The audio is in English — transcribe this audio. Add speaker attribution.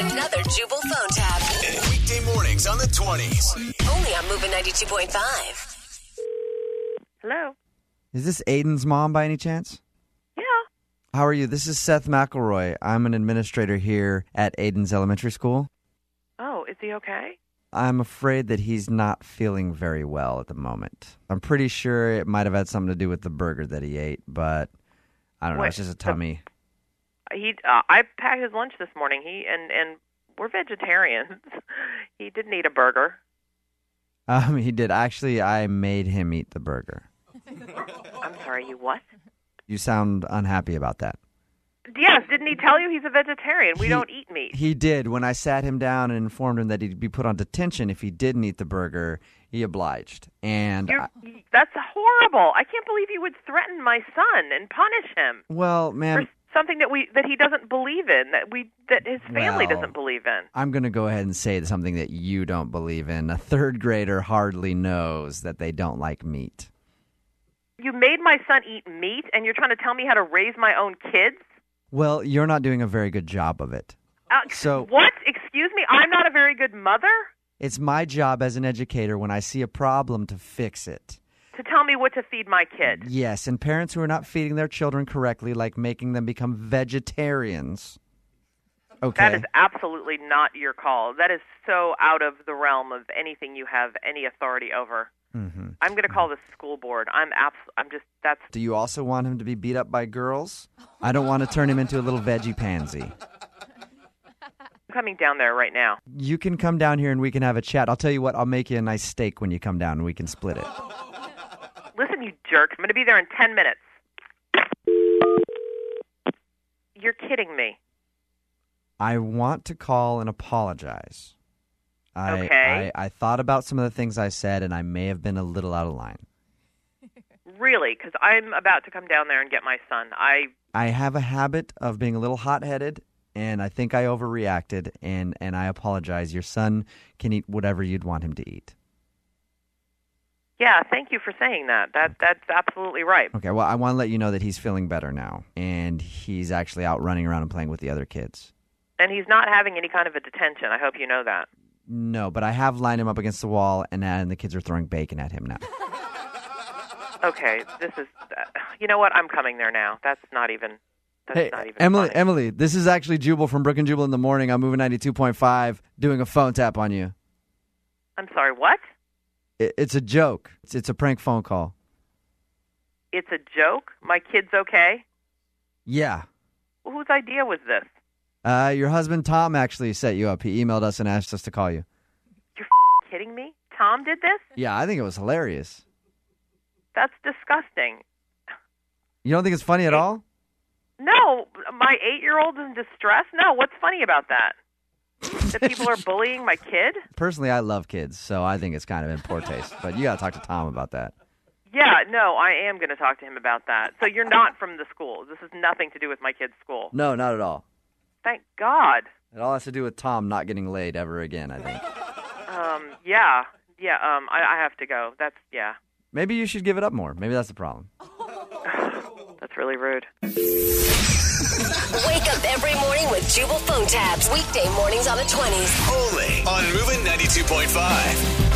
Speaker 1: another Jubal phone tab.
Speaker 2: Weekday mornings on the 20s.
Speaker 1: Only on Moving 92.5.
Speaker 3: Hello.
Speaker 4: Is this Aiden's mom by any chance?
Speaker 3: Yeah.
Speaker 4: How are you? This is Seth McElroy. I'm an administrator here at Aiden's Elementary School.
Speaker 3: Oh, is he okay?
Speaker 4: I'm afraid that he's not feeling very well at the moment. I'm pretty sure it might have had something to do with the burger that he ate, but I don't know.
Speaker 3: Wait,
Speaker 4: It's just a
Speaker 3: the-
Speaker 4: tummy.
Speaker 3: He. Uh, I packed his lunch this morning. He and and we're vegetarians. he didn't eat a burger.
Speaker 4: Um, he did. Actually, I made him eat the burger.
Speaker 3: I'm sorry. You what?
Speaker 4: You sound unhappy about that.
Speaker 3: Yes. Didn't he tell you he's a vegetarian? We
Speaker 4: He-
Speaker 3: don't eat meat.
Speaker 4: He did. When I sat him down and informed him that he'd be put on detention if he didn't eat the burger, he obliged. And
Speaker 3: You're,
Speaker 4: I-
Speaker 3: that's horrible. I can't believe you would threaten my son and punish him
Speaker 4: well,
Speaker 3: for
Speaker 4: man,
Speaker 3: something that we that he doesn't believe in. That we that his family
Speaker 4: Well-
Speaker 3: doesn't believe in.
Speaker 4: I'm going to go ahead and say something that you don't believe in. A third grader hardly knows that they don't like meat.
Speaker 3: You made my son eat meat, and you're trying to tell me how to raise my own kids.
Speaker 4: Well, you're not doing a very good job of it.
Speaker 3: Uh,
Speaker 4: So-
Speaker 3: what? Excuse me. I'm not a very good mother.
Speaker 4: It's my job as an educator when I see a problem to fix it.
Speaker 3: to tell me what to feed my kid.
Speaker 4: Yes, and parents who are not feeding their children correctly, like making them become vegetarians. Okay.
Speaker 3: That is absolutely not your call. That is so out of the realm of anything you have any authority over.
Speaker 4: Mhm.
Speaker 3: I'm going to call the school board. I'm abs- I'm just that's
Speaker 4: Do you also want him to be beat up by girls? I don't want to turn him into a little veggie pansy.
Speaker 3: I'm coming down there right now.
Speaker 4: You can come down here and we can have a chat. I'll tell you what, I'll make you a nice steak when you come down and we can split it.
Speaker 3: Listen, you jerk. I'm going to be there in 10 minutes. You're kidding me.
Speaker 4: I want to call and apologize. I,
Speaker 3: Okay.
Speaker 4: I, I thought about some of the things I said, and I may have been a little out of line.
Speaker 3: Really? Cuz I'm about to come down there and get my son. I
Speaker 4: I have a habit of being a little hot headed, and I think I overreacted, and, and I apologize. Your son can eat whatever you'd want him to eat.
Speaker 3: Yeah, thank you for saying that. That that's absolutely right.
Speaker 4: Okay, well, I want to let you know that he's feeling better now, and he's actually out running around and playing with the other kids.
Speaker 3: And he's not having any kind of a detention. I hope you know that.
Speaker 4: No, but I have lined him up against the wall, and, and the kids are throwing bacon at him now.
Speaker 3: Okay, this is. Uh, you know what? I'm coming there now. That's not even. That's
Speaker 4: Hey,
Speaker 3: not even.
Speaker 4: Emily,
Speaker 3: funny.
Speaker 4: Emily, this is actually Jubal from Brook and Jubal in the morning. I'm moving 92.5, doing a phone tap on you.
Speaker 3: I'm sorry. What?
Speaker 4: It, it's a joke. It's, it's a prank phone call.
Speaker 3: It's a joke. My kid's okay.
Speaker 4: Yeah.
Speaker 3: Whose idea was this?
Speaker 4: Uh, your husband Tom actually set you up. He emailed us and asked us to call you.
Speaker 3: You're f- kidding me? Tom did this?
Speaker 4: Yeah, I think it was hilarious.
Speaker 3: That's disgusting.
Speaker 4: You don't think it's funny at all?
Speaker 3: No, my eight-year-old's in distress. No, what's funny about that? That people are bullying my kid?
Speaker 4: Personally, I love kids, so I think it's kind of in poor taste. But you got to talk to Tom about that.
Speaker 3: Yeah, no, I am going to talk to him about that. So you're not from the school. This has nothing to do with my kid's school.
Speaker 4: No, not at all.
Speaker 3: Thank God.
Speaker 4: It all has to do with Tom not getting laid ever again, I think.
Speaker 3: Um, yeah, yeah. Um, I, I have to go. That's yeah.
Speaker 4: Maybe you should give it up more. Maybe that's the problem.
Speaker 3: That's really rude.
Speaker 1: Wake up every morning with Jubal phone tabs. Weekday mornings on the 20s.
Speaker 2: Only on Moving 92.5.